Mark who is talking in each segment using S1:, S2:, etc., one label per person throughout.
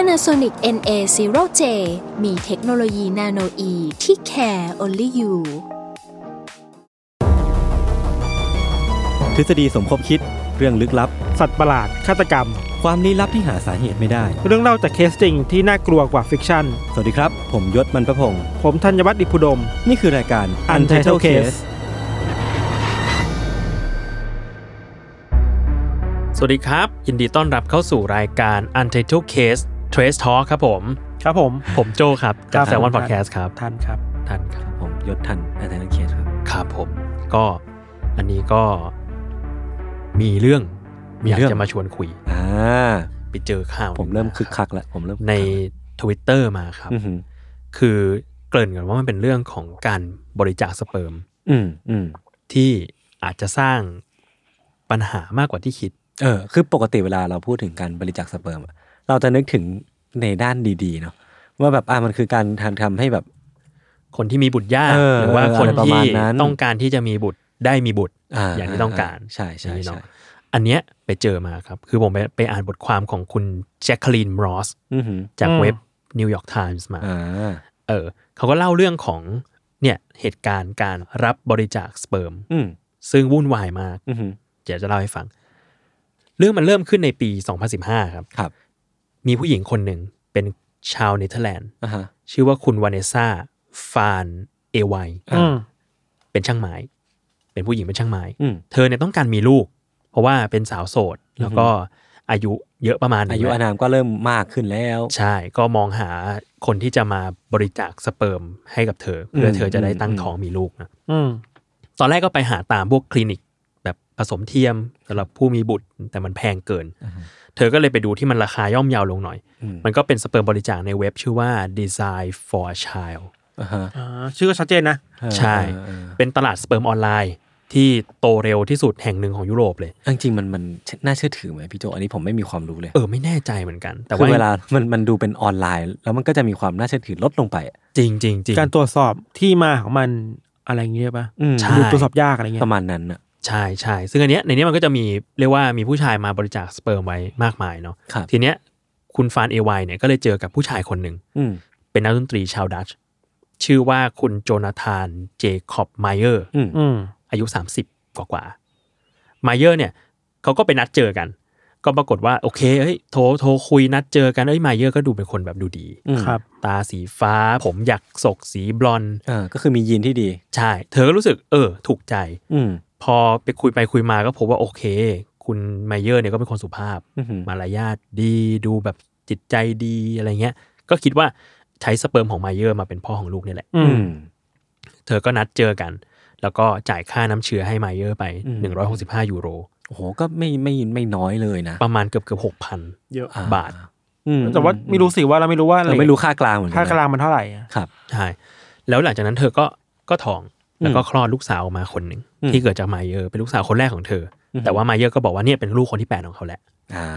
S1: Panasonic NA0J มีเทคโนโลยีนาโนอีที่ care only you
S2: ทฤษฎีสมคบคิดเรื่องลึกลับ
S3: สัตว์ประหลาด ฆาตกรรม
S2: ความลี้ลับที่หาสาเหตุไม่ได้
S3: เรื่องเล่าจากเคสจริงที่น่ากลัวกว่าฟิกชั่น
S2: สวัสดีครับ ผมยศมันประพงศ์
S3: ผมธัญวัฒน์อิพุดม
S2: นี่คือรายการ Untitled Case
S4: สวัสดีครับ ยินดีต้อนรับเข้าสู่รายการ Untitled Case Trace Talk ครับผม
S3: ครับผม
S4: ผมโจครับ
S3: ครั
S4: จา
S3: บ
S4: กแซลมอน
S3: ผม
S4: พอดแคสต์ครับ
S3: ทันครับ
S4: ท่านครับ
S2: ผมยศทัน Untitled Case ครับ
S4: ครับผม ก็อันนี้ก็มีเรื่อง
S2: มี
S4: อยาก
S2: เรื่อง
S4: จะมาชวนคุย
S2: อ่า
S4: ไปเจอข่าว
S2: ผมเริ่มคึกคักแล้วผมเริ่ม
S4: ใน Twitter มาครับ
S2: อือหือ
S4: คือเกริ่นกันว่ามันเป็นเรื่องของการบริจาคสเปิร์ม
S2: อืมอืม
S4: ที่อาจจะสร้างปัญหามากกว่าที่คิด
S2: เออ คือปกติเวลาเราพูดถึงการบริจาคสเปิร์มอะเราจะนึกถึงในด้านดีๆเนาะว่าแบบอ่ามันคือการทำทำให้แบบ
S4: คนที่มีบุตรยาก
S2: เออ
S4: หรือว่า
S2: เออ
S4: คน
S2: อะไรประ
S4: ที่
S2: มาณนั้น
S4: ต้องการที่จะมีบุตรได้มีบุตร
S2: อ่า
S4: อย่างที่ต้องการ
S2: ใช่ใช่
S4: อย่างนี้เนาะ
S2: ใช่
S4: อันเนี้ยไปเจอมาครับ คือผมไปไปอ่านบทความของคุณแจ็คลีนมรอส
S2: อือหือ
S4: จาก
S3: อืม
S4: เว็บ New York Times มา
S2: อ่า
S4: เออเขาก็เล่าเรื่องของเนี่ยเหตุการณ์การรับบริจาคสเปิร์ม
S2: อืม
S4: ซึ่งวุ่นวายมาก
S2: อือหือ
S4: เดี๋ยวจะเล่าให้ฟัง เรื่องมันเริ่มขึ้นในปี 2015 ครับ
S2: ครับ
S4: มีผู้หญิงคนหนึ่งเป็นชาวเนเธอร์แลนด์
S2: อ่าฮะ
S4: ชื่อว่าคุณวานเนซ่าฟานเอไว
S3: อืม
S4: เป็นช่างไม้ เป็นผู้หญิงเป็นช่างไม้
S2: อืม
S4: เธอเนี่ยต้องการมีลูก เพราะว่าเป็นสาวโสด แล้วก็อายุเยอะประมาณหนึ่
S2: อาง ยุอา
S4: แล้ว
S2: นามก็เริ่มมากขึ้นแล้ว
S4: ใช่ ก็มองหาคนที่จะมาบริจาคสเปิร์มให้กับเธอ เพื่ออ
S2: ม
S4: เธอจะได้ตั้ง
S2: อืม
S4: ท้องมีลูกนะ
S3: อืม
S4: ตอนแรกก็ไปหาตามพวกคลินิก แบบผสมเทียมสำหรับผู้มีบุตรแต่มันแพงเกิน เธอก็เลยไปดูที่มันราคาย่อมเยาวลงหน่อย
S2: อืม
S4: มันก็เป็นสเปิร์มบริจาคในเว็บชื่อว่า Design for a Child
S2: อ่าฮะ
S3: อ่าชื่อก็ชัดเจนนะ
S4: ใช่
S2: เออ
S4: เป็นตลาดสเปิร์มออนไลน์ ที่โตเร็วที่สุดแห่งหนึ่งของยุโรปเลย
S2: เอาจริงๆมันมันน่าเชื่อถือไหมพี่โจอันนี้ผมไม่มีความรู้เลย
S4: เออไม่แน่ใจเหมือนกัน แต่
S2: คื
S4: ว่า
S2: อเวลามันมันดูเป็นออนไลน์ แล้วมันก็จะมีความน่าเชื่อถือลดลงไปอะ
S4: จริงจริงจริง
S3: การตรวจสอบที่มาของมันอะไรอย่างเงี้ยป่ะ
S2: อืม
S4: ใช่
S3: ดูตรวจสอบยากอะไรเงี้
S2: ประ
S3: ย
S2: มาณนั้นอ่ะ
S4: ใช่ใช่ซึ่งอันเนี้ยในเนี้ยมันก็จะมีเรียกว่ามีผู้ชายมาบริจาคสเปิร์มไว้มากมายเนาะ
S2: ครับ
S4: ทีเนี้ยคุณฟานเอไวเนี่ยก็เลยเจอกับผู้ชายคนหนึ่ง
S2: อืม
S4: เป็นนักดนตรีชาวดัตช์ชื่อว่าคุณโจนาธานเจคอบไมเออร์
S2: อืม
S3: อืม
S4: อายุ 30 กว่ากว่าไมเออร์เนี่ยเขาก็ไปนัดเจอกัน ก็ปรากฏว่าโอเคเอ้ยโทรโทรคุยนัดเจอกันเอ้ยไมเออร์ก็ดูเป็นคนแบบดูดี
S2: อืม
S3: ครับ
S4: ตาสีฟ้า ผมหยักศกสีบลอนด์
S2: เออก็คือมียีนที่ดี
S4: ใช่ เธอก็รู้สึกเออ ถูกใจ
S2: อืม
S4: พอไปคุยไปคุยมาก็พบว่าโอเค คุณไมเยอร์เนี่ยก็เป็นคนสุภาพ
S2: อือหือ
S4: มารยาทดีดูแบบจิตใจดีอะไรเงี้ย ก็คิดว่าใช้สเปิร์มของไมเยอร์มาเป็นพ่อของลูกเนี่ยแหละ
S3: อื
S2: อื
S3: ม
S2: ม
S4: เธอก็นัดเจอกัน แล้วก็จ่ายค่าน้ำเชื้อให้ไมเยอร์ไป
S2: อืม
S4: 165 ยูโร
S2: โอ้โหก็ไม่ไม่ไม่น้อยเลยนะ
S4: ประมาณเกือบเกือบหกพัน
S3: เยอะ
S2: อ่
S4: บาท
S2: อื
S3: แต่ว่าไม่รู้สิว่าเราไม่รู้ว่าอะ
S2: เราไม่รู้ค่ากลางเหมือนกั
S3: ค่ากลางมันเท่าไหร่อะ
S2: ครับ
S4: ใช่แล้วหลังจากนั้นเธอก็ก็ท้องแล้วก็
S2: อืม
S4: คลอดลูกสาวออกมาคนหนึ่ง
S2: อืม
S4: ที่เกิดจากไมเยอร์เป็นลูกสาวคนแรกของเธออ
S2: อหือ
S4: แต่ว่าไมเยอร์ก็บอกว่าเนี่ยเป็นลูกคนที่แปดของเขาแหละ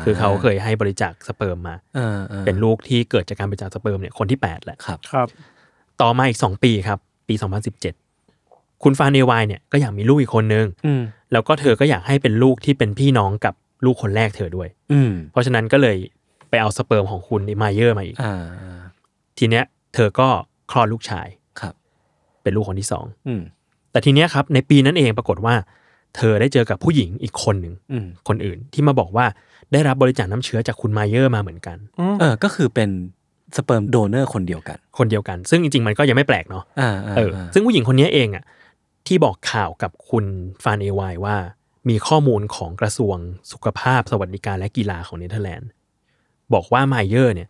S4: คือเขาเคยให้บริจาคสเปิร์มมา
S2: เออออ
S4: เป็นลูกที่เกิดจากการบริจาคสเปิร์มเนี่ยคนที่แปดแหละ
S2: ครับ
S3: ครับ
S4: ต่อมาอีก 2 ปีครับ ปี 2017 คุณฟานเนวายเนี่ยก็อยากมีลูกอีกคนนึง
S2: อืม
S4: แล้วก็เธอก็อยากให้เป็นลูกที่เป็นพี่น้องกับลูกคนแรกเธอด้วย
S2: อืม
S4: เพราะฉะนั้นก็เลยไปเอาสเปิร์มของคุณไมเยอร์มาอีก
S2: อ่าอ่า
S4: ทีเนี้ยเธอก็คลอดลูกชาย
S2: ครับ
S4: เป็นลูกคนที่สอง
S2: อืม
S4: แต่ทีเนี้ยครับในปีนั้นเองปรากฏว่า เธอได้เจอกับผู้หญิงอีกคนหนึ่ง
S2: อืม
S4: คนอื่นที่มาบอกว่าได้รับบริจาคน้ำเชื้อจากคุณไมเยอร์มาเหมือนกัน
S2: เออก็คือเป็นสเปิร์มโดเนอร์คนเดียวกัน
S4: คนเดียวกัน ซึ่งจริงๆมันก็ยังไม่แปลกเนาะ
S2: อ่าอ่า
S4: เออ
S2: อ่า
S4: ซึ่งผู้หญิงคนนี้เองอ่ะที่บอกข่าวกับคุณฟานเอวายว่า มีข้อมูลของกระทรวงสุขภาพสวัสดิการและกีฬาของเนเธอร์แลนด์ บอกว่าไมเยอร์เนี่ย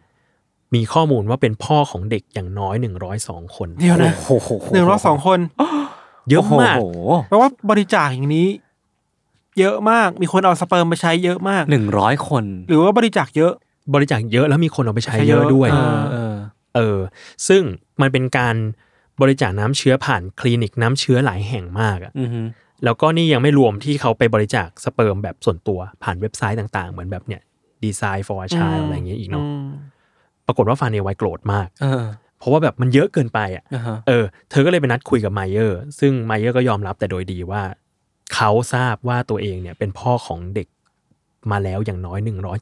S4: มีข้อมูลว่าเป็นพ่อของเด็กอย่างน้อย 102 คน
S3: เดี๋ยวนะ
S2: โอ้โ
S3: หนึ่งร้อยสองคน
S4: เยอะมาก
S2: โโห
S3: แปลว่าบริจาคอย่างนี้ เยอะมากมีคนเอาสเปิร์มไปใช้เยอะมาก
S2: หนึ่งร้อยคน
S3: หรือว่าบริจาคเยอะ
S4: บริจาคเยอะแล้วมีคนเอาไปใช้เยอะด้วย
S2: เออเออ
S4: เอ เออ ซึ่งมันเป็นการบริจาคน้ำเชื้อผ่านคลินิกน้ำเชื้อหลายแห่งมากอะ
S2: อือฮึ
S4: แล้วก็นี่ยังไม่รวมที่เขาไปบริจาคสเปิร์มแบบส่วนตัวผ่านเว็บไซต์ต่างๆ เหมือนแบบเนี่ยดีไซน์ for a child อะไรอย่างเงี้ยอีกเนาะ
S3: ม
S4: ปรากฏว่าฟานเนไวโกรธมาก
S2: เออ
S4: เพราะว่าแบบมันเยอะเกินไปอ่ะ
S2: อ่าฮะ
S4: เออ เธอก็เลยไปนัดคุยกับไมเออร์ ซึ่งไมเออร์ก็ยอมรับแต่โดยดีว่า เขาทราบว่าตัวเองเนี่ยเป็นพ่อของเด็กมาแล้วอย่างน้อย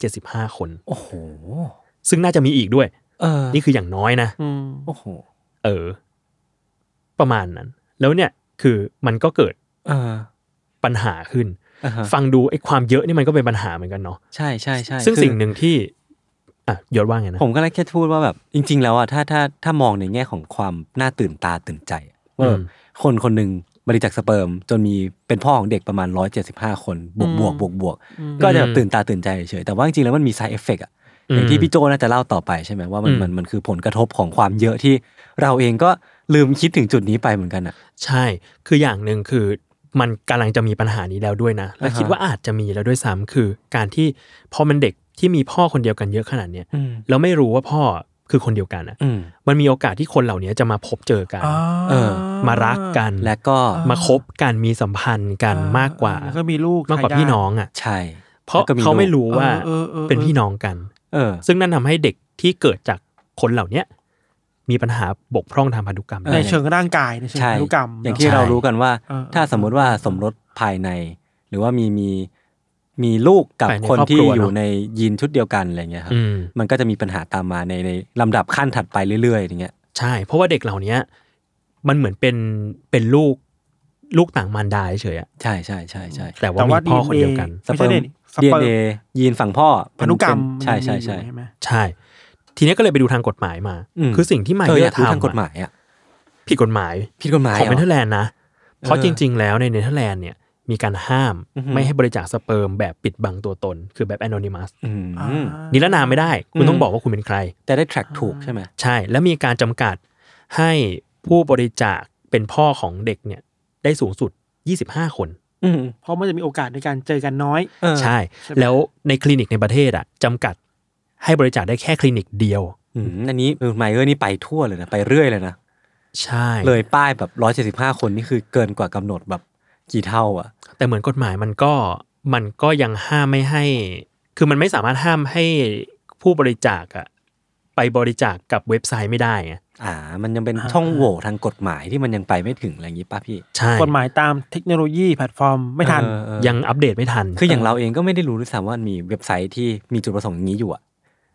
S4: 175 คน
S2: โอ้โห
S4: ซึ่งน่าจะมีอีกด้วย
S2: เออ
S4: นี่คืออย่างน้อยนะ
S3: อืม
S2: โอ้โห
S4: เออ ประมาณนั้น แล้วเนี่ยคือมันก็เกิด
S2: เออ
S4: ปัญหาขึ้น
S2: อ่าฮะ
S4: ฟังดูไอ้ความเยอะนี่มันก็เป็นปัญหาเหมือนกันเนาะ
S2: ใช่ใช่ใช่
S4: ซึ่ง
S2: คือ
S4: สิ่งหนึ่งที่อ่ะยศว่าไงนะ
S2: ผมก็เลยแค่พูดว่าแบบจริง ๆ แล้วอะถ้าถ้าถ้ามองในแง่ของความน่าตื่นตาตื่นใจอะว่าแบบ
S4: อืม
S2: คนคนหนึ่งบริจาคสเปิร์ม จนมีเป็นพ่อของเด็กประมาณ 175 คนบวกบวกบวกบวกก็จะแบบตื่นตาตื่นใจเฉยๆแต่ว่าจริงๆแล้วมันมี side effect อะอย่างที่พี่โจน่าจะเล่าต่อไปใช่ไหมว่ามัน
S4: อืม
S2: มันมันคือผลกระทบของความเยอะที่เราเองก็ลืมคิดถึงจุดนี้ไปเหมือนกันอะ
S4: ใช่ คืออย่างหนึ่งคือมันกำลังจะมีปัญหานี้แล้วด้วยนะ และ
S2: อ่าฮะ
S4: คิดว่าอาจจะมีแล้วด้วยซ้ำคือการที่พอมันเด็กที่มีพ่อคนเดียวกันเยอะขนาดเนี้ย
S2: อืม
S4: แล้วไม่รู้ว่าพ่อคือคนเดียวกันอ่ะ
S2: อืม
S4: มันมีโอกาสที่คนเหล่านี้จะมาพบเจอกัน
S3: อ่า
S2: เออ
S4: มารักกัน
S2: และก็
S4: มาคบกันมีสัมพันธ์กันมากกว่า
S3: แล้วก็มีลูก
S4: มากกว่าพี่น้องอ่ะ
S2: ใช่
S4: เพราะ
S2: แล้วก็
S4: เขาไม่
S2: ลูก
S4: รู้ว่า
S3: เออออออ
S4: เป็นพี่น้องกัน
S2: เออ
S4: ซึ่งนั่นทำให้เด็กที่เกิดจากคนเหล่าเนี้ยมีปัญหาบกพร่องทางพันธุกรรม
S2: ออ
S3: ใน
S4: ได้
S3: เชิงร่างกายในเชิง
S2: ใช่
S3: พันธุกรรม
S2: อย่างที่เรารู้กันว่า
S3: เออ
S2: ถ้าสมมุติว่าสมรสภายใน หรือว่ามีมีมีลูกกับ
S4: ภายใน
S2: คน
S4: ครอบ
S2: ที่
S4: ครัว
S2: อยู่
S4: เนอะ
S2: ในยีนชุดเดียวกันอะไรเงี้ยครับ
S4: อืม
S2: มันก็จะมีปัญหาตามมาในในลำดับขั้นถัดไปเรื่อยๆอย่างเงี้ย
S4: ใช่ เพราะว่าเด็กเหล่าเนี้ยมันเหมือนเป็นเป็นลูกลูกต่างมารดาเฉยๆอะ
S2: ใช่ใช่ใช่ใช่
S4: แต่ว่า
S3: แต่
S4: มี
S3: ว่า
S4: พ่อคน
S3: DNA
S4: เดียวกัน
S2: ส
S3: ไม่ใช่
S2: เปิร์ม
S3: เด็กส
S2: ดี
S3: เปิร์ม
S2: เยีนฝั่งพ่อเป็
S3: พันธุกรรม
S2: เป็ใช่ใช่ใช่
S3: มันมีอยู่ไหม
S4: ใช่ ทีนี้ก็เลยไปดูทางกฎหมายมา
S2: ม
S4: คือสิ่งที่ไม
S2: เออ
S4: เยอย
S2: อาก
S4: ร์
S2: รู้
S4: ทำ
S2: ทางกฎห
S4: อะ
S2: มายอ่ะ
S4: ผิดกฎหมาย
S2: ผิดกฎหมาย
S4: ของ
S2: หร
S4: เนเธอร์แลนด์นะ เพราะ
S2: เออ
S4: จริง ๆ แล้วในเนเธอร์แลนด์เนี่ยมีการห้าม
S2: อือหือ
S4: ไม่ให้บริจาคสเปิร์มแบบปิดบังตัวตน คือแบบแอนอนิมัส
S2: อืม
S3: อ่า
S4: นิรนามไม่ได้ คุ
S2: อื
S4: ณ
S2: ม
S4: ต้องบอกว่าคุณเป็นใคร
S2: แต่ได้แทร็กถูกใช่ไหม
S4: ใช่ และมีการจำกัดให้ผู้บริจาคเป็นพ่อของเด็กเนี่ยได้สูงสุด 25 คน
S2: อืม
S3: เพราะมันจะมีโอกาสในการเจอกันน้อย
S2: เออ
S4: ใช่
S3: ใช่ไหม
S4: แล้วในคลินิกในประเทศอ่ะจำกัดให้บริจาคได้แค่คลินิกเดียว
S2: อืมอันนี้ไมเออร์นี่ไปทั่วเลยนะไปเรื่อยเลยนะ
S4: ใช่
S2: เลยป้ายแบบร้อยเจ็สิบห้าคนนี่คือเกินกว่ากำหนดแบบกี่เท่าอ่ะ
S4: แต่เหมือนกฎหมายมันก็มันก็ยังห้ามไม่ให้ คือมันไม่สามารถห้ามให้ผู้บริจาคอะไปบริจาคกับเว็บไซต์ไม่ได้ไง
S2: อ่า มันยังเป็นช่องโหว่ทางกฎหมายที่มันยังไปไม่ถึงอะไรอย่างนี้ป่ะพี่
S4: ใช่
S3: กฎหมายตามเทคโนโลยีแพลตฟอร์มไม่ทัน
S2: เออเออ
S4: ยังอัปเดตไม่ทัน
S2: คืออย่างเราเองก็ไม่ได้รู้ด้วยซ้ำว่ามีเว็บไซต์ที่มีจุดประสงค์อย่างนี้อยู่อ่ะ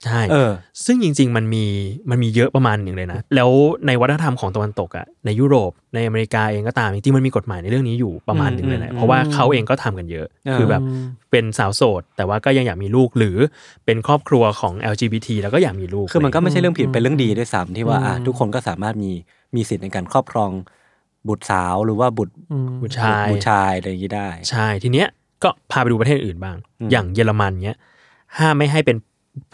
S4: ใช่
S2: เออ
S4: ซึ่งจริง ๆ มันมีมันมีเยอะประมาณหนึ่งเลยนะ แล้วในวัฒนธรรมของตะวันตกอะในยุโรปในอเมริกาเองก็ตามจริงๆมันมีกฎหมายในเรื่องนี้อยู่ประมาณหนึ่งเลยแหละ
S2: อืม
S4: เพราะว่าเขาเองก็ทำกันเยอะ
S2: เออ
S4: คือแบบเป็นสาวโสด แต่ว่าก็ยังอยากมีลูกหรือเป็นครอบครัวของ LGBT แล้วก็อยากมีลูก
S2: คือมันก็ไม่ใช่เรื่องผิด
S3: อืม
S2: เป็นเรื่องดีด้วยซ้ำที่ว่าอ่ะทุกคนก็สามารถมีมีสิทธิ์ในการครอบครองบุตรสาวหรือว่าบุตร
S3: อืม
S4: ผู้ชาย
S2: บุตรชายอะไรอย่างนี้ได้
S4: ใช่ทีเนี้ยก็พาไปดูประเทศอื่นบ้าง
S2: อืม
S4: อย่างเยอรมันเนี้ยห้ามไม่ให้เป็น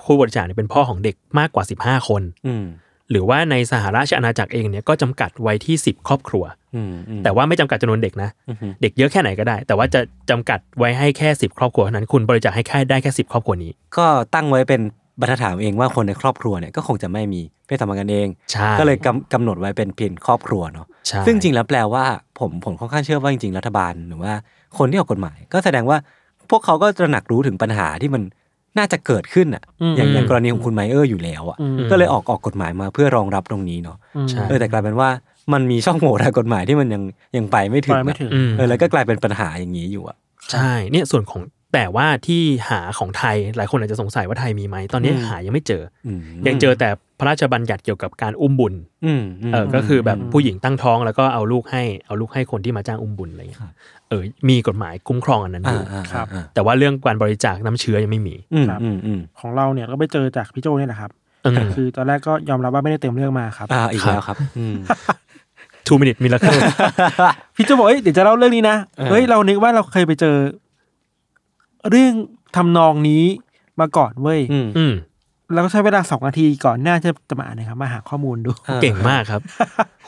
S4: ผู้บริจาคเนี่ยเป็นพ่อของเด็กมากกว่า 15 คน
S2: อืม
S4: หรือว่าในสหราชอาณาจักรเองเนี่ยก็จำกัดไว้ที่ 10 ครอบครัว
S2: อืมอืม
S4: แต่ว่าไม่จำกัดจำนวนเด็กนะ
S2: อือฮึ
S4: เด็กเยอะแค่ไหนก็ได้ แต่ว่าจะจำกัดไว้ให้แค่ 10 ครอบครัวเท่านั้นคุณบริจาคให้แค่ได้แค่ 10 ครอบครัวนี้
S2: ก็ตั้งไว้เป็นบรรทัดฐานเองว่าคนในครอบครัวเนี่ยก็คงจะไม่มีเพศสัมพันธ์กันเอง
S4: ใช่
S2: ก็เลยกำกำหนดไว้เป็นเพียงครอบครัวเนาะ
S4: ใช่
S2: ซึ่งจริงแล้วแปลว่าผมผมค่อนข้างเชื่อว่าจริงๆรัฐบาลหรือว่าคนที่ออกกฎหมาย ก็แสดงว่าพวกเขาก็ตระหนักรู้ถึงปัญหาที่มันน่าจะเกิดขึ้นอ่ะ
S3: อืม
S2: อย่างอย่างกรณีของคุณไมเออร์อยู่แล้วอ่ะ
S3: อืม
S2: ก็เลยออกออกกฎหมายมาเพื่อรองรับตรงนี้เนาะ
S3: ม
S4: ใช่
S2: เออแต่กลายเป็นว่ามันมีช่องโหว่ทางกฎหมายที่มันยังยังไปไม่ถึ
S3: ป
S2: ง
S3: ล่อย
S2: อะ
S3: ไม่ถึง
S4: อืม
S2: เออแล้วก็กลายเป็นปัญหาอย่างนี้อยู่อ่ะ
S4: ใช่เนี่ยส่วนของแต่ว่าที่หาของไทยหลายคนอาจจะสงสัยว่าไทยมีไหมตอนนี้
S2: อืม
S4: หายังไม่เจอ
S2: อืม
S4: อยังเจอแต่พระราชบัญญัติเกี่ยวกับการอุ้มบุญ
S2: อืมม
S4: เอออก็คือแบบ
S3: อืม
S4: ผู้หญิงตั้งท้องแล้วก็เอาลูกให้เอาลูกให้คนที่มาจ้างอุ้มบุญอะไรอย่างเงี้ยเออมีกฎหมายคุ้มครองอันนั้นอ
S2: อ่า
S4: ยู่
S2: อ่า
S3: ครับ
S2: อ่า
S4: แต่ว่าเรื่องการบริจาคน้ำเชื้อยังไม่มี
S2: อืมอืมอืม
S3: ของเราเนี่ยก็ไปเจอจากพี่โจเนี่ยแหละครับ
S4: อืม
S3: คือตอนแรกก็ยอมรับว่าไม่ได้เต็มเรื่องมาครับ
S2: อ่าอีก
S4: ครับ
S2: แล้วครับอืม
S4: two minute miracle
S3: พี่โจบอกเอ้ยเดี๋ยวจะเล่าเรื่องนี้นะ
S2: เออ
S3: เฮ้ยเรานึกว่าเราเคยไปเจอ เรื่องทำนองนี้มาก่อนเว้ย
S2: อืม
S4: อืม
S3: แล้วก็ใช้เวลาสองนาทีก่อนหน้าจะจะมาอ่านนะครับมาหาข้อมูลดู
S4: เก่งมากครับ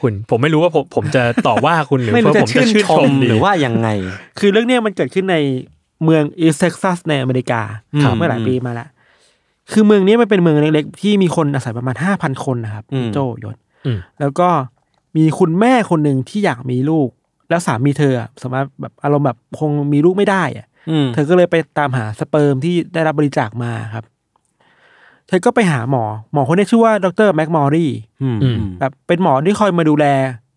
S4: คุณผมไม่รู้ว่าผมผมจะต่อว่าคุณหรือ
S2: ไม่รู้
S4: ว่า
S2: จะ
S4: ผม
S2: ชื่
S4: จะ
S2: น
S4: ชื่น
S2: ช
S4: ช
S2: ม
S4: มดี
S2: หรือว่ายังไง
S3: คือเรื่องเนี้ยมันเกิดขึ้นในเมืองอีสเท็กซัสในอเมริกา
S2: ครับ
S3: เมื่อหลายปีมาแล้ว คือเมืองนี้มันเป็นเมืองเล็กๆ ที่มีคนอาศัยประมาณห้าพันคนนะครับ
S2: อืม
S3: โจยศ
S4: อืม
S3: แล้วก็มีคุณแม่คนหนึ่งที่อยากมีลูก แล้วสามีเธออะสามารถแบบอารมณ์แบบคงมีลูกไม่ได้อะ เธอก็เลยไปตามหาสเปิร์มที่ได้รับบริจาคมาครับ เธอก็ไปหาหมอ หมอคนนี้ชื่อว่าดรแม็กมอรี
S2: อืม
S4: อื
S2: อื
S4: ม
S2: ม
S3: แบบเป็นหมอที่คอยมาดูแล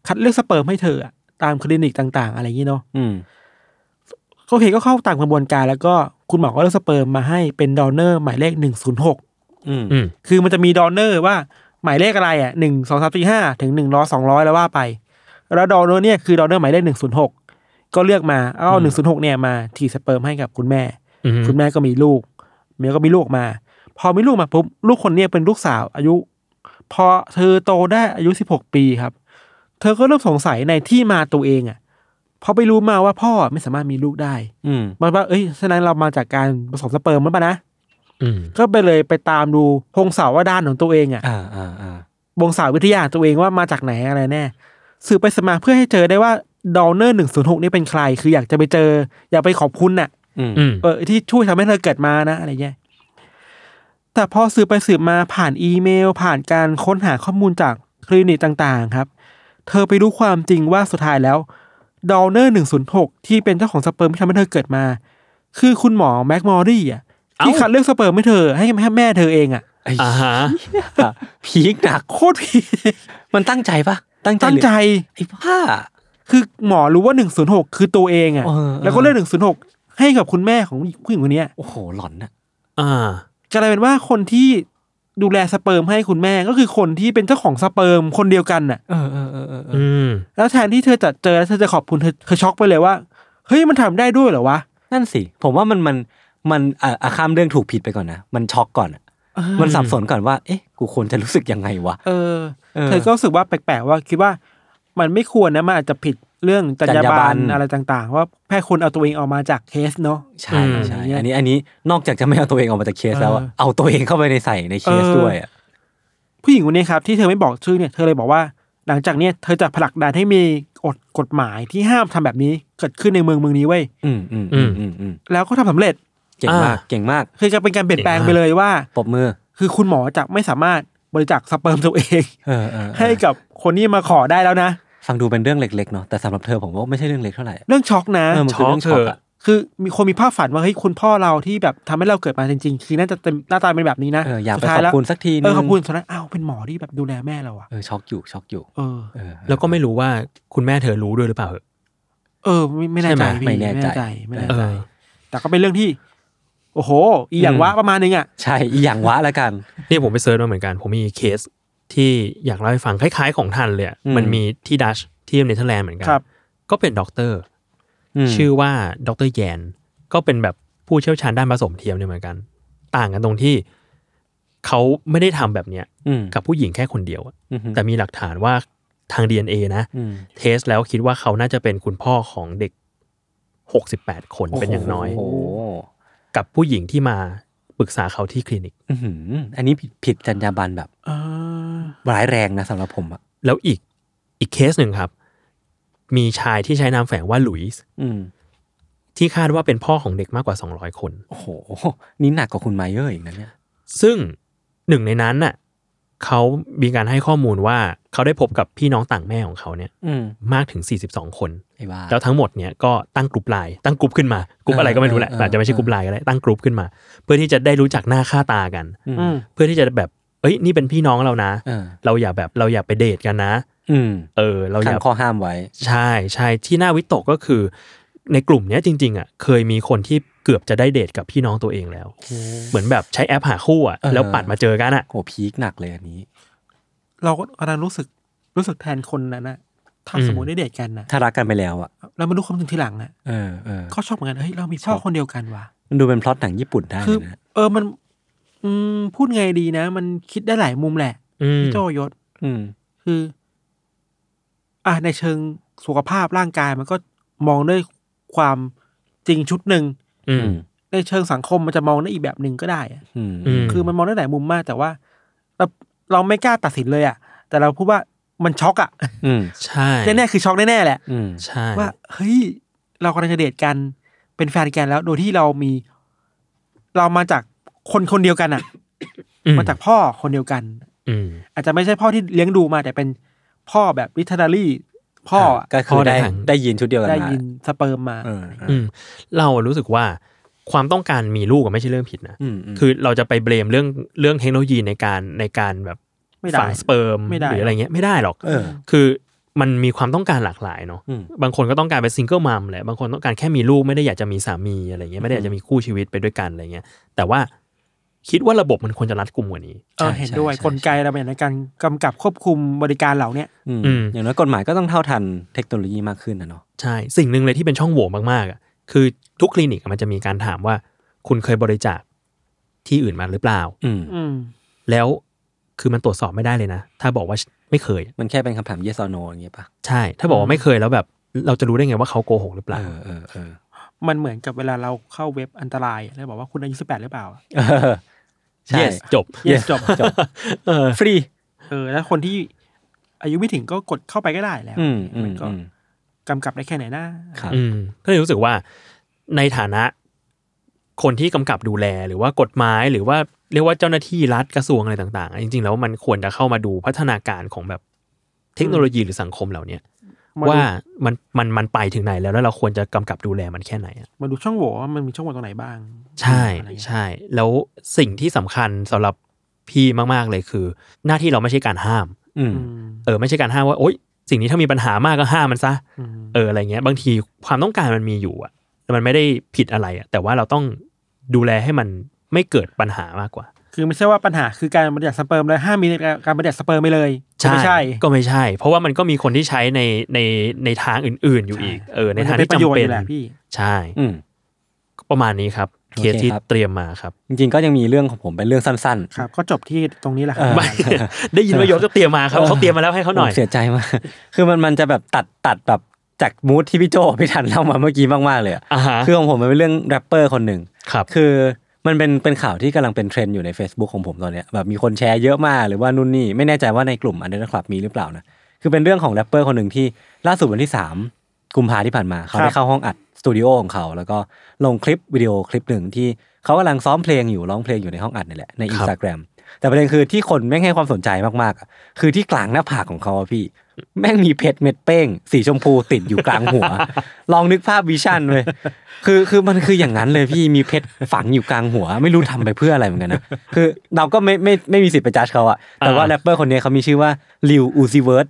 S3: คัดเลือกสเปิร์มให้เธออะตามคลินิกต่างๆ อะไรอย่างนี้เนาะ
S2: อืม
S3: โอเคก็เข้าตามกระบวนการแล้วก็คุณหมอก็เลือกสเปิร์มมาให้เป็นดอนเนอร์หมายเลขหนึ่งศูนย์หก
S2: อืม
S4: อืม
S3: คือมันจะมีดอนเนอร์ว่าหมายเลขอะไรอ่ะหนึ่งสองสามสี่ห้าถึงหนึ่งร้อยสองร้อยแล้วว่าไป แล้วดอนเนอร์เนี่ยคือดอนเนอร์หมายเลขหนึ่งศูนย์หกก็เลือกมาเอาหนึ่งศูนย์หกเนี่ยมาฉีดสเปิร์มให้กับคุณแม่
S4: อืม
S3: คุณแม่ก็มีลูกเมียก็มีลูกมา พอมีลูกมาปุ๊บลูกคนเนี้ยเป็นลูกสาว อายุ พอเธอโตได้อายุสิบหกปีครับ เธอก็เริ่มสงสัยในที่มาตัวเองอะ่ะพอไปรู้มาว่าพ่อไม่สามารถมีลูกได้
S2: อืม
S3: มันว่าเอ้ยฉะนั้นเรามาจากการผสมสเปิร์มมั้งปะนะ
S4: อืม
S3: ก็ไปเลยไปตามดูพงศาวด้านของตัวเองอ่ะ
S2: อ่าอ่าอ่าว
S3: งศาวิทยาตัวเองว่ามาจากไหนอะไรแน่สืบไปสบมาเพื่อให้เจอได้ว่าดอลเนอร์หนึ่งศูนย์หกนี่เป็นใคร คืออยากจะไปเจอ อยากไปขอบคุณน่ะ
S2: อืม
S4: อืม
S3: เออที่ช่วยทำให้เธอเกิดมานะ อะไรเงี้ย แต่พอสืบไปสืบมาผ่านอีเมล ผ่านการค้นหาข้อมูลจากคลินิกต่างๆ ครับ เธอไปรู้ความจริงว่าสุดท้ายแล้วดอลเนอร์หนึ่งศูนย์หกที่เป็นเจ้าของสเปิร์มที่ทำให้เธอเกิดมา คือคุณหมอแม็กมอรี่อ่ะที่คัดเลือกสเปิร์มให้เธอ ให้ให้แม่เธอเอง อ่ะ
S2: ไอ้
S4: อ่าฮะ
S2: พีคหนัก
S3: โคตรผิด
S2: มันตั้งใจปะตั้งใจ
S3: ตั้งใจ
S2: หรือไอ้บ้า
S3: คือหมอรู้ว่าหนึ่งศูนย์หกคือตัวเองอ่ะ
S2: เออ
S3: แล้วก็เลือกหนึ่งศูนย์หกให้กับคุณแม่ของผู้หญิงคนเนี้ย
S2: โอ้โหหลอนอะ
S4: อ่า
S3: กลายเป็นว่าคนที่ดูแลสเปิร์มให้คุณแม่ก็คือคนที่เป็นเจ้าของสเปิร์มคนเดียวกันน่ะ
S2: เออเออเออเออเออ
S4: อืม
S3: แล้วแทนที่เธอจะเจอแล้วเธอจะขอบคุณเธอเธอช็อกไปเลยว่า เฮ้ยมันทำได้ด้วยเหรอวะ
S2: นั่นสิผมว่ามันมันมันอ่ะอ่ะข้ามเรื่องถูกผิดไปก่อนนะมันช็อกก่อนอะมันสับสนก่อนว่า เอ๊ะ กูควรจะรู้สึกยังไงวะ
S3: เออ
S2: เออ
S3: เธอก็รู้สึกว่าแปลกๆว่าคิดว่ามันไม่ควรนะมันอาจจะผิดเรื่องจรรยา
S2: จรรยา
S3: บบ
S2: ร
S3: รร
S2: ร
S3: ณ
S2: ณ
S3: อะไรต่างๆ ว่าแพทย์คนเอาตัวเองออกมาจากเคสเนาะ
S2: ใช่
S4: อืม
S2: ใช่
S3: อะไรเงี้ย
S2: อันนี้อันนี้นอกจากจะไม่เอาตัวเองออกมาจากเคสแล้วอะ
S3: เออ
S2: เอาตัวเองเข้าไปในใส่ในเคส
S3: เออ
S2: ด้วยอะ
S3: ผู้หญิงคนนี้ครับที่เธอไม่บอกชื่อเนี่ยเธอเลยบอกว่า หลังจากเนี่ยเธอจะผลักดันให้มีกฎกฎหมายที่ห้ามทำแบบนี้เกิดขึ้นในเมืองเมืองนี้เว้ย
S2: อืมอืมอืมอืมอืม
S3: แล้วก็ทำสำเร็จ
S2: เก่งมาก
S4: อ่า
S2: เก่งมาก
S3: คือจะเป็นการเปลี่ยนแปลงไปเลยว่า
S2: ปรบมือ
S3: คือคุณหมอจะไม่สามารถบริจาคสเปิร์มตัวเอง
S2: เออเออเออ
S3: ให้กับคนที่มาขอได้แล้วนะ
S2: ฟังดูเป็นเรื่องเล็กๆเนาะแต่สำหรับเธอผมว่าไม่ใช่เรื่องเล็กเท่าไหร่
S3: เรื่องช็อกนะ
S2: เออมันคือเรื่องช็อก
S4: ช็อก
S2: อะ
S4: เถอะ
S3: คือมีคนมีภาพฝันว่าเฮ้ยคุณพ่อเราที่แบบทำให้เราเกิดมาจริงๆ คือน่าจะเต็มหน้าตาเป็นแบบนี้นะ
S2: เอออยาก
S3: สุ
S2: ไปขอ
S3: ดท้
S2: บ
S3: แล้ว
S2: คุณสักทีนึง
S3: เออขอบคุณสุดท้ายอ้าวเป็นหมอที่แบบดูแลแม่เราอะ
S2: เออช็อกอยู่ช็อกอยู่
S3: เออ
S2: เออ
S4: แล้วก็ไม่รู้ว่าคุณแม่เธอรู้ด้วยหรือเปล่าเหอะ
S3: เออไม่ไม่แน่ใจ
S2: ใช่ไหม
S3: พี่
S2: ไม่แน่ใจ
S3: ไม่แน่
S4: เอ
S3: ใจ
S4: อ
S3: แต่ก็เป็นเรื่องที่ โอ้โห อีอย่างวะประมาณนึงอ่ะ
S2: ใช่อีกอย่างวะละกัน
S4: นี่ผมไปเซิร์ชมาเหมือนกัน ผมมีเคสที่อยากเล่าให้ฟังคล้ายๆของทันเลยอะ
S2: อืม
S4: มันมีที่ดัชที่เนเธอร์แลนด์เหมือนกั
S3: ครับ
S4: ก็เป็นด็อกเตอร์
S2: ม
S4: ชื่อว่าดรแยน ก็เป็นแบบผู้เชี่ยวชาญด้านผสมเทียมเนี่ยเหมือนกัน ต่างกันตรงที่เขาไม่ได้ทำแบบเนี้ย
S2: อืม
S4: กับผู้หญิงแค่คนเดียวอะ
S2: อืม
S4: แต่มีหลักฐานว่าทาง DNA นะ
S2: อืม
S4: เทสแล้วคิดว่าเขาน่าจะเป็นคุณพ่อของเด็ก 68 คนเป็นอย่างน้อย
S2: โอ้โห
S4: กับผู้หญิงที่มาปรึกษาเขาที่คลินิก
S2: อื้อหืออันนี้ผิดผิดจรรยาบรรณแบบ
S3: เออ
S2: ร้ายแรงนะสำหรับผมอ่ะ
S4: แล้วอีกอีกเคสหนึ่งครับ มีชายที่ใช้นามแฝงว่าหลุยส์
S2: อืม
S4: ที่คาดว่าเป็นพ่อของเด็กมากกว่า 200 คน
S2: โอ้โห นี่หนักกว่าคุณไมเยอร์อีกนะเนี่ย
S4: ซึ่งหนึ่งในนั้นน่ะเขามีการให้ข้อมูลว่าเขาได้พบกับพี่น้องต่างแม่ของเขาเนี่ย
S2: อืม
S4: มากถึง 42 คน
S2: ไอ้บ้า
S4: แล้วทั้งหมดเนี่ยก็ตั้งกลุ่มไลน์ตั้งกลุ่มขึ้นมากลุ่มอะไรก็ไม่รู้แหละ
S2: เออเออ
S4: อาจจะไม่ใช่กลุ่มไลน์ก็ได้ตั้งกลุ่มขึ้นมา เพื่อที่จะได้รู้จักหน้าค่าตากัน
S2: อืม
S3: อืม
S4: เพื่อที่จะแบบเอ้ยนี่เป็นพี่น้องเรานะ
S2: เออ
S4: เราอย่าแบบเราอย่าไปเดทกันนะ
S2: อืม
S4: เออ เราอ
S2: ตั้
S4: ย่า
S2: งข้อห้ามไว้
S4: ใช่ใช่ที่น่าวิตกก็คือ ในกลุ่มเนี้ยจริง ๆอ่ะเคยมีคนที่เกือบจะได้เดทกับพี่น้องตัวเองแล้ว เหมือนแบบใช้แอปหาคู่อ่ะ
S2: เออ
S4: แล้วปัดมาเจอกันอ่ะ
S2: โหพีคหนักเลยอันนี้
S3: เราก็กำลังรู้สึกรู้สึกแทนคนนั้นนะถ้าสมมติได้เดทกันนะ
S2: ถ้ารักกันไปแล้วอ่ะ
S3: แล้วมารู้ความจริงทีหลังอ่ะ
S2: เออเออ
S3: ก็ชอบเหมือนกัน เฮ้ย เรามีพ่อคนเดียวกันว่ะ
S2: มันดูเป็นพล็อตหนังญี่ปุ่นได้
S3: คือ
S2: นะ
S3: เออ มัน อืม พูดไงดีนะ มันคิดได้หลายมุมแหละ
S4: อืม
S3: พี่โจยศ
S2: อืม
S3: คือ อ่ะ ในเชิงสุขภาพร่างกายมันก็มองด้วยความจริงชุดหนึ่ง
S4: อืม
S3: ในเชิงสังคมมันจะมองได้อีกแบบหนึ่งก็ได้อะ
S2: อืม
S4: อืม
S3: คือมันมองได้หลายมุมมาก แต่ว่า เราเราไม่กล้าตัดสินเลยอะแต่เราพูดว่ามันช็อกอะ
S2: อืม
S4: ใช่
S3: แน่ๆคือช็อกแน่ๆแหละ
S2: อืม
S4: ใช่
S3: ว่าเฮ้ย เรากำลังจะเดทกันเป็นแฟนกันแล้ว โดยที่เรามี เรามาจากคนคนเดียวกันอะ
S4: อืม
S3: มาจากพ่อคนเดียวกัน
S4: อืม
S3: อาจจะไม่ใช่พ่อที่เลี้ยงดูมา แต่เป็นพ่อแบบลิเทอรารี่พ่ออะ
S2: ก็คือได้
S4: พ่อได้ถัง
S2: ได้ยินชุดเดียวกัน
S3: ได้
S2: มา
S3: ยินสเปิร์มมา
S2: เออเออ
S4: อืมเรารู้สึกว่าความต้องการมีลูกอะไม่ใช่เรื่องผิดนะ
S2: อืมม
S4: คือเราจะไปเบลมเรื่องเรื่องเทคโนโลยีในการในการแบบ
S3: ไม่ได้
S4: ฝังสเปิร์ม
S3: ไม่ได้
S4: หรืออะไรเงี้ยไม่ได้หรอก
S2: เออ
S4: คือมันมีความต้องการหลากหลายเนาะ
S2: อืม
S4: บางคนก็ต้องการเป็นซิงเกิลมัมแหละบางคนต้องการแค่มีลูกไม่ได้อยากจะมีสามีอะไรเงี้ยไม่ได้อยากจะมีคู่ชีวิตไปด้วยกันอะไรเงี้ยแต่ว่าคิดว่าระบบมันควรจะรัดกุมกว่านี้
S3: เออ
S2: ใช่
S3: เห็นด้วย
S2: ใช่ใช่
S3: กลไกระเบียบในการกำกับควบคุมบริการเหล่าเนี้ย
S2: อืม
S4: อืม
S2: อย่างน้อยกฎหมายก็ต้องเท่าทันเทคโนโลยีมากขึ้นนะเนาะ
S4: ใช่ สิ่งหนึ่งเลยที่เป็นช่องโหว่มากๆอ่ะคือทุกคลินิกอะมันจะมีการถามว่า คุณเคยบริจาคที่อื่นมาหรือเปล่า
S2: อืม
S3: อืม
S4: แล้วคือมันตรวจสอบไม่ได้เลยนะ ถ้าบอกว่าไม่เคย
S2: มันแค่เป็นคำถาม yes or no อย่างเงี้ยป่ะ
S4: ใช่ ถ้าบอกว่าไม่เคยแล้วแบบ เราจะรู้ได้ไงว่าเขาโกหกหรือเปล่า
S2: เออเออเออ
S3: มันเหมือนกับเวลาเราเข้าเว็บอันตรายแล้วบอกว่าคุณอายุสิบแปดหรือเปล่า
S2: เออใช่
S4: yes จบ
S3: Yes จบ
S2: จบ
S4: เออ
S2: ฟรี
S3: เออ แล้วคนที่อายุไม่ถึงก็กดเข้าไปก็ได้แล้ว
S2: อืมอื
S3: มั
S2: ม
S3: นก็
S2: อืม
S3: กำกับได้แค่ไหนนะครับ
S4: อืมก็เลยรู้สึกว่าในฐานะคนที่กำกับดูแลหรือว่ากฎหมายหรือว่าเรียกว่าเจ้าหน้าที่รัฐกระทรวงอะไรต่างๆอ่ะจริงๆ แล้วมันควรจะเข้ามาดูพัฒนาการของแบบเทคโนโลยีหรือสังคมเหล่าเนี้ย
S3: มดู
S4: ว่ามันมันมันไปถึงไหนแล้วแล้วเราควรจะกำกับดูแลมันแค่ไหนอ่ะ
S3: มาดูช่องโหว่ว่ามันมีช่องโหว่ตรงไหนบ้าง
S4: ใช่
S3: อะไรเงี้ย
S4: ใช่ แล้วสิ่งที่สำคัญสำหรับพี่มากๆเลยคือ หน้าที่เราไม่ใช่การห้าม
S2: อืม
S3: อืม
S4: เออไม่ใช่การห้ามว่าโอ๊ยสิ่งนี้ถ้ามีปัญหามากก็ห้ามมันซะ
S3: อืม
S4: เอออะไรเงี้ย บางทีความต้องการมันมีอยู่อะแต่มันไม่ได้ผิดอะไรอะแต่ว่าเราต้องดูแลให้มันไม่เกิดปัญหามากกว่า
S3: คือไม่ใช่ว่าปัญหาคือการบริจาคสเปิร์มเลยห้ามมีการบริจาคสเปิร์มไปเลยไม่ใช่
S4: ก็ไม่ใช่ เพราะว่ามันก็มีคนที่ใช้ในในในทางอื่น ๆอยู่อีกเออในทางที่
S3: มั
S4: จำเป็
S3: จะป
S4: น
S3: ระโยชอยู่แหละพี่
S4: ใช่
S2: อืม
S4: ก็ประมาณนี้ครับ
S2: โอ
S4: เค
S2: เค
S4: สที่
S2: ครับ
S4: เตรียมมาครับ
S2: จริงๆก็ยังมีเรื่องของผมเป็นเรื่องสั้น
S3: ครับ ก็จบที่ตรงนี้แหละค
S2: เอ
S3: รั
S2: อ
S3: บ
S4: ไม่ ได้ยินว่ายศก็เตรียมมาครับเขาเตรียมมาแล้วให้เขาหน่อย
S2: ผมเสียใจมาก คือมันมันจะแบบตัดตัดแบบจากมูทที่พี่โจ พี่ทันเล่ามาเมื่อกี้มากๆเลยอะ
S4: อ่าฮะ
S2: คือของผมมันเป็นเรื่องแรปเปอร์คนหนึ่ง
S4: ครับ
S2: คือมันเป็นเป็นข่าวที่กำลังเป็นเทรนด์อยู่ใน Facebook ของผมตอนเนี้ยแบบมีคนแชร์เยอะมากหรือว่านู่นนี่ไม่แน่ใจว่าในกลุ่มอันเดอร์คลับมีหรือเปล่านะ คือเป็นเรื่องของแรปเปอร์คนหนึ่งที่ล่าสุดวันที่ 3 กุมภาที่ผ่านมา เขาได้เข้าห้องอัดสตูดิโอของเขา แล้วก็ลงคลิปวิดีโอคลิปหนึ่งที่เขากำลังซ้อมเพลงอยู่ร้องเพลงอยู่ในห้องอัดนี่แหละใน
S4: ครับ
S2: อินสตาแกรมแต่ประเด็นคือที่คนแม่งให้ความสนใจมากๆอะคือที่กลางหน้าผากของเขาอะพี่ แม่งมีเพชรเม็ดเป้ง สีชมพูติดอยู่กลางหัว ลองนึกภาพวิชั่นเลยคือคือมันคืออย่างนั้นเลยพี่มีเพชรฝังอยู่กลางหัว ไม่รู้ทำไปเพื่ออะไรเหมือนกันนะคือเราก็ไม่ไม่ไม่มีสิทธิ์ไปจัดเขาอะแต่ว่า
S4: อ่า
S2: แรปเปอร์คนนี้เขามีชื่อว่าลิวอูซิเวิร์ด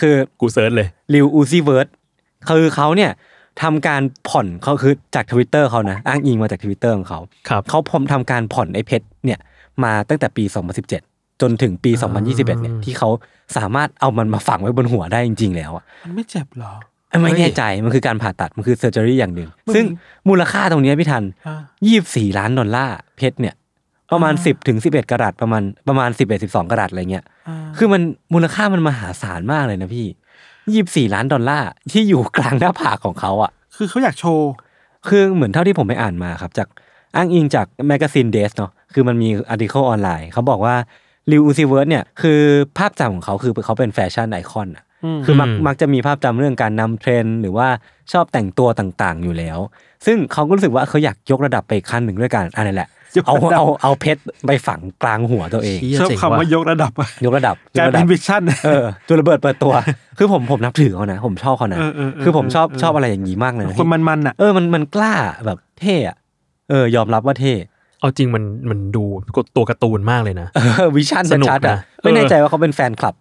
S2: คือ
S4: กูเซิร์ชเลย
S2: ริวอูซี่เวิร์ดคือเขาเนี่ยทำการผ่อนเขาคือจากทวิตเตอร์เขานะ อ้างอิงมาจากทวิตเตอร์ของเขา
S4: ครับ
S2: เขาพมทำการผ่อนไอ้เพชรเนี่ยมาตั้งแต่ปี 2017 จนถึงปี
S4: อ่า
S2: 2021เนี่ยที่เขาสามารถเอามันมาฝังไว้บนหัวได้จริง ๆ แล้วอะ
S3: มันไม่เจ็บหรอ
S2: ไม่แน่ใจมันคือการผ่าตัด มันคือเซอร์เจอรี่อย่างหนึ่ง ซึ่งมูลค่าตรงเนี้ยพี่ทัน
S3: อ่า
S2: 24 ล้านดอลลาร์เพชรเนี่ยประมาณ 10ถึง11กะรัตประมาณประมาณ 11 12กะรัตอะไรเงี้ย คือมันมูลค่ามันมหาศาลมากเลยนะพี่ยี่สี่ล้านดอลลาร์ที่อยู่กลางหน้าผากของเขาอ่ะ
S3: คือเขาอยากโชว์
S2: คือเหมือนเท่าที่ผมไปอ่านมาครับ จากอ้างอิงจากแมกกาซีนเดสเนาะคือมันมีอาร์ติเคิลออนไลน์ เขาบอกว่าริวอูซิเวิร์ดเนี่ยคือภาพจำของเขาคือเขาเป็นแฟชั่นไอคอนอ่ะ
S3: อืม
S2: คือมัก
S4: อืม
S2: มักจะมีภาพจำเรื่องการนำเทรนด์หรือว่าชอบแต่งตัวต่างๆอยู่แล้ว ซึ่งเขาก็รู้สึกว่าเขาอยากยกระดับไปอีกขั้นหนึ่งด้วยการอันนี้แหละ
S3: ยก
S2: เอา
S3: ระดับ
S2: เอาเอาเพชรไปฝังกลางหัวตัวเอง
S3: ชอบคำว่ายกระดับ
S2: ยกระ ดับ
S3: กลาย
S2: ยระ
S3: เป็
S2: ดั
S3: น
S2: บ
S3: วิชั่น
S2: เออจุลระเบิดเปิดตัว คือผมผมนับถือเขานะ ผมชอบเขานะ
S3: เออเออเออ
S2: คือผมชอบ
S3: เออ
S2: ชอบอะไรอย่างนี้มากเลยนะ
S3: คน
S2: พี่
S3: มันมันๆอ่ะ
S2: เออมันมันกล้าแบบเท่อะเออยอมรับว่าเท่
S4: เอาจริงมันมันดูตัวการ์ตูนมากเลยนะ
S2: เออวิชั่น
S4: สนุก
S2: ชัดๆอะ
S4: นะ
S2: ไม่แน่ใจว่าเขาเป็นแฟนคลับ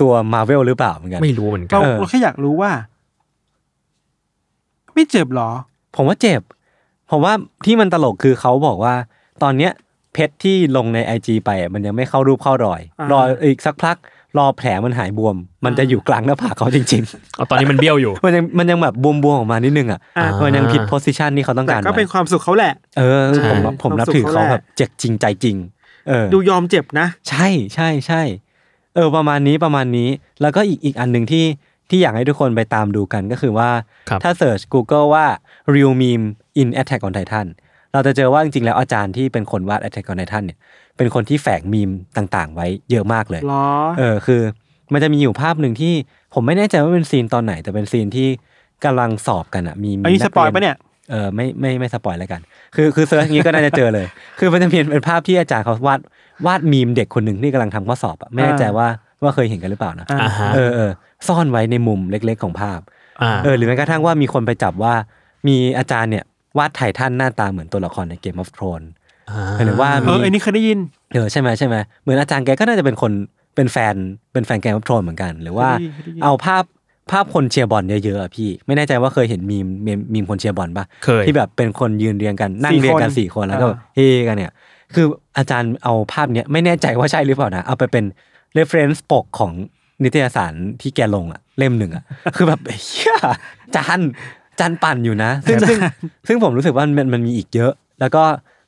S2: ตัวมาเวลหรือเปล่าเหมือนกัน
S4: ไม่รู้เหมือนกั
S3: เรา
S4: น
S2: เออ
S3: เราแค่อยากรู้ว่า ไม่เจ็บหรอ
S2: ผมว่าเจ็บ ผมว่าที่มันตลกคือเขาบอกว่า ตอนเนี้ยเพชรที่ลงในไอจไปอะมันยังไม่เข้ารูปเข้ารอย
S3: อ่าร ร
S2: ออีกสักพัก รอแผลมันหายบวม มันจะอยู่กลางหน้าผากเขาจริง
S4: เอาตอนนี้มันเบี้ยวอยู่
S2: ๆ มันยังมันยังแบบบวมๆออกมานิดนึงอ่ะ
S4: อ่ามั
S2: มันยังผิดโพสิชันที่เขาต้อง
S3: แต่
S2: การ
S3: ก็เป็น
S2: ไว้
S3: ความสุขเขาแหละ
S2: เออ
S4: ใช่
S2: ผมว่าผมนับถือเขา
S3: ความสุขเขาแหละ
S2: แบบเจ็บจริงใจจริง เออ
S3: ดูยอมเจ็บนะ
S2: ใช่ใช่ใช่เออประมาณนี้ประมาณนี้ แล้วก็อีกอีกอันหนึ่งที่ที่อยากให้ทุกคนไปตามดูกันก็คือว่า
S4: ครับ
S2: ถ้าเสิร์ช Google ว่า real meme in Attack on Titan เราจะเจอว่าจริงๆแล้วอาจารย์ที่เป็นคนวาด Attack on Titan เนี่ยเป็นคนที่แฝงมีมต่างๆ ไว้เยอะมากเลย
S3: หรอ
S2: เออคือมันจะมีอยู่ภาพหนึ่งที่ผมไม่แน่ใจว่าเป็นซีนตอนไหน แต่เป็นซีนที่กำลังสอบกันอะมีมี
S3: อันนี้
S2: ก
S3: ส
S2: รี
S3: ปอยปะเนี่ย
S2: เออไม่ไม่ไม่สปอยแล้วกัน คือคือเซิร์ชอย่างงี้ก็น่าจะเจอเลย คือมันจะมีเป็นภาพที่อาจารย์เขาวาด วาดมีมเด็กคนหนึ่งที่กำลังทำข้อสอบอะไม่แน่ใจว่าว่าเคยเห็นกันหรือเปล่านะ
S3: อ่า
S4: อ่าฮะ
S2: เออเออซ่อนไว้ในมุมเล็ก ๆ ของภาพ
S4: อ่า
S2: เออหรือแม้กระทั่งว่ามีคนไปจับว่ามีอาจารย์เนี่ยวาดไททันหน้าตาเหมือนตัวละครในเกมออฟทรอน หรือว่า
S3: เออไอ้นี่เคยได้ยิน
S2: เออใช่ไหมใช่ไหมเหมือนอาจารย์แกก็น่าจะเป็นคนเป็นแฟนเป็นแฟนเกมออฟทรอนเหมือนกัน หรือว่า
S3: เคยได้ยินเคยได้ยิน
S2: เอาภาพภาพคนเชียร์บอลเยอะๆอะพี่ ไม่แน่ใจว่าเคยเห็นมีมมีมมีมคนเชียร์บอลปะ
S4: เคย
S2: ที่แบบเป็นคนยืนเรียงกันนั่งเรียงกัน
S3: สี่
S2: สี่
S3: ค
S2: คน นแล้วก็แบบ
S3: อ่า
S2: เฮกันเนี่ย คืออาจารย์เอาภาพเนี้ยไม่แน่ใจว่าใช่หรือเปล่านะ เอาไปเป็น reference ปกของนิตยสารที่แกลงอะเล่มหนึ่งอะ คือแบบเฮียจานจานปั่นอยู่นะ ซึ่ง ซึ่งซึ่งผมรู้สึกว่ามันมันมีอีกเยอะ แล้วก็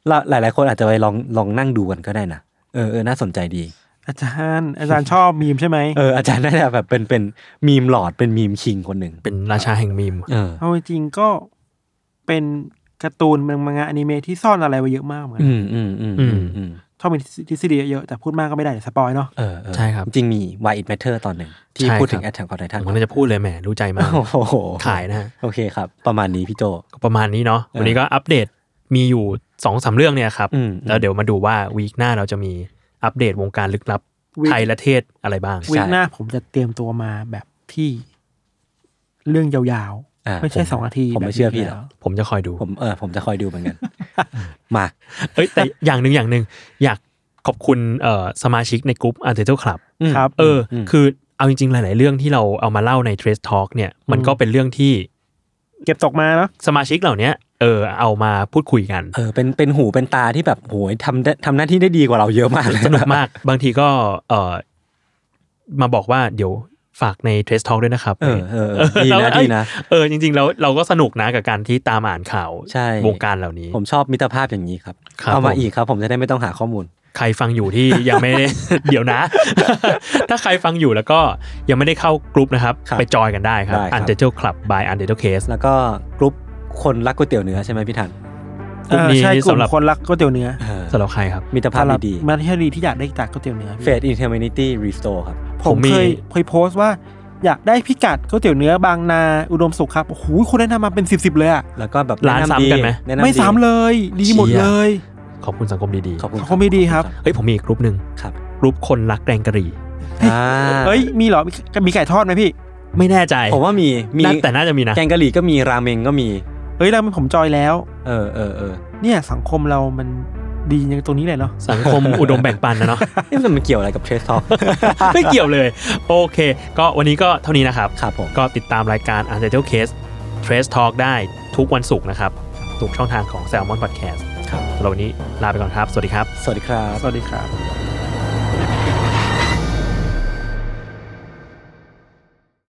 S2: เราหลาย ๆ คนอาจจะไปลองลองนั่งดูกันก็ได้นะเออเออน่าสนใจดี
S3: อาจารย์อาจารย์ชอบมีมใช่ไหม
S2: เอออาจารย์น่าจะแบบเป็นเป็นมีมหลอดเป็นมีมคิงคนหนึ่ง
S4: เป็นราชาแห่งมีม
S2: เออ
S3: เอาจริงๆก็เป็นการ์ตูนมังงะอนิเมะที่ซ่อนอะไรไว้เยอะมากเหมือนกัน
S2: อืมอืมอืมอืมอืม
S3: ชอบมีทฤษฎีเยอะแต่พูดมากก็ไม่ได้เดี๋ยวสปอยเนาะ
S2: เออเออ
S4: ใช่ครับ
S2: จริงมี Why It Matter ตอนหนึ่งที่
S4: ใช่
S2: พูดถึง
S4: ครับ
S2: Attack on Titan
S4: ผมน่าจะพูดเลยแหมรู้ใจมาก
S2: โอ้โห
S4: ขายนะฮะ
S2: โอเคครับ ประมาณนี้พี่โจ
S4: ก็ประมาณนี้เนาะวันนี้ก็อัปเดตมีอยู่สองสามเรื่องเนี่ยครับ
S2: อืม
S4: แล้วเดี๋ยวมาดูว่าวีคหน้าเราจะมีอัปเดตวงการลึกลับไทยและเทศอะไรบ้าง
S3: วีคหน้าผมจะเตรียมตัวมาแบบที่เรื่องยาว
S2: อ่า
S3: ๆ ไม่ใช่
S2: ผม
S3: สองนาที
S2: ผมไม่เชื่อพี่หรอก
S4: ผมจะคอยดู
S2: ผมเออผมจะคอยดูเหมือนกัน มา
S4: เอ้ยแต่อย่างหนึ่งอย่างหนึ่งอยากขอบคุณเอ่อสมาชิกในกลุ่ม a r t i t l e Club
S3: ครับ
S4: เอออคือเอาจริงๆ หลาย ๆ เรื่องที่เราเอามาเล่าใน Trace Talk เนี่ยมันก็เป็นเรื่องที่
S3: เก็บตกมาเนาะ
S4: สมาชิกเหล่าเนี้ยเออเอามาพูดคุยกัน
S2: เออเป็นเป็นหูเป็นตาที่แบบโหยทำได้ทำหน้าที่ได้ดีกว่าเราเยอะมากเลย
S4: สนุกมาก บางทีก็เออมาบอกว่าเดี๋ยวฝากใน Trace Talk ด้วยนะครับ
S2: เออเออเออดี
S4: เรา
S2: นะดีนะ
S4: เออจริงๆแล้วเราก็สนุกนะกับการที่ตามอ่านข่าว
S2: ใช่
S4: วงการเหล่านี้
S2: ผมชอบมิตรภาพอย่างนี้ครับ
S4: ครับ
S2: เอามา
S4: ผม
S2: อีกครับ ผมจะได้ไม่ต้องหาข้อมูล
S4: ใครฟังอยู่ที่ ยังไม่ได้ เดี๋ยวนะ ถ้าใครฟังอยู่แล้วก็ยังไม่ได้เข้ากลุ่มนะครับ
S2: ครับ
S4: ไปจอยกันได้ครับ
S2: ได้ครับ
S4: u n t i t l e Club by u n t i t l e Case
S2: แล้วก็กรุ๊ปคนรักก๋วยเตี๋ยวเนื้อใช่ไหมพี่ทัน
S4: กลุ่ม
S3: เออ
S4: นี้
S3: ใช่กลุ่ม
S4: สำหรับ
S3: คนรักก๋วยเตี๋ยวเนื้อ
S2: เออ
S4: สำหรับใครครับ
S2: มิตรภาพ
S3: สำหรับ
S2: ดี
S3: มาที่รีที่อยากได้จากก๋วยเตี๋ยวเนื้อ
S2: ๆ
S3: พี่
S2: Fate in Humanity Restore ครับ
S3: ผม
S4: ผมมี
S3: เคยเคยโพสต์ว่าอยากได้พิกัดก๋วยเตี๋ยวเนื้อบางนาอุดมสุขครับโอ้โหคุณแนะนำมาเป็นสิบสิบเลยอะ
S2: แล้วก็แบบ
S4: ร้าน
S2: แะำ
S4: ซ้ำกันไหม
S2: ดีแะนำดี
S3: ไม่ซ้ำเลย ดีหมดเลย
S4: ขอบคุณสังคมดี
S2: ขอบคุณ
S3: ขอบคุณพี่ดีครับ
S4: ๆ เฮ้ย ผมมีอีกกลุ่มหนึ่ง
S2: ครับ
S4: กลุ่มคนรักแกงกะหรี่
S2: อ่า
S3: เฮ้ย มีเหรอมีมีไก่ทอดไหมพี่
S4: ไม่แน่ใจ
S2: ผมว่ามีมี
S4: น่าแต่น่าจะมีนะ
S2: แกงกะหรี่ก็มีราเมงก็มี
S3: เฮ้ยเราเป็นผมจอยแล้ว
S2: เออเออเออ
S3: เนี่ยสังคมเรามันดีอย่างตรงนี้เลยเนาะ
S4: สังคม อุดมแบ่งปันนะเนาะ
S2: เอ๊ะมันมันเกี่ยวอะไรกับเทรสท็อก
S4: ไม่เกี่ยวเลย โอเค ก็วันนี้ก็เท่านี้นะครับ
S2: ครับผม
S4: ก็ติดตามรายการ u n t i t l e Case Trace Talk ได้ทุกวันศุกร์นะครับ ทุกช่องทางของ Salmon Podcast
S2: ครับ
S4: สำหรับวันนี้ลาไปก่อนครับ สวัสดีครับ
S2: สวัสดีครับ
S3: สวัสดีครับ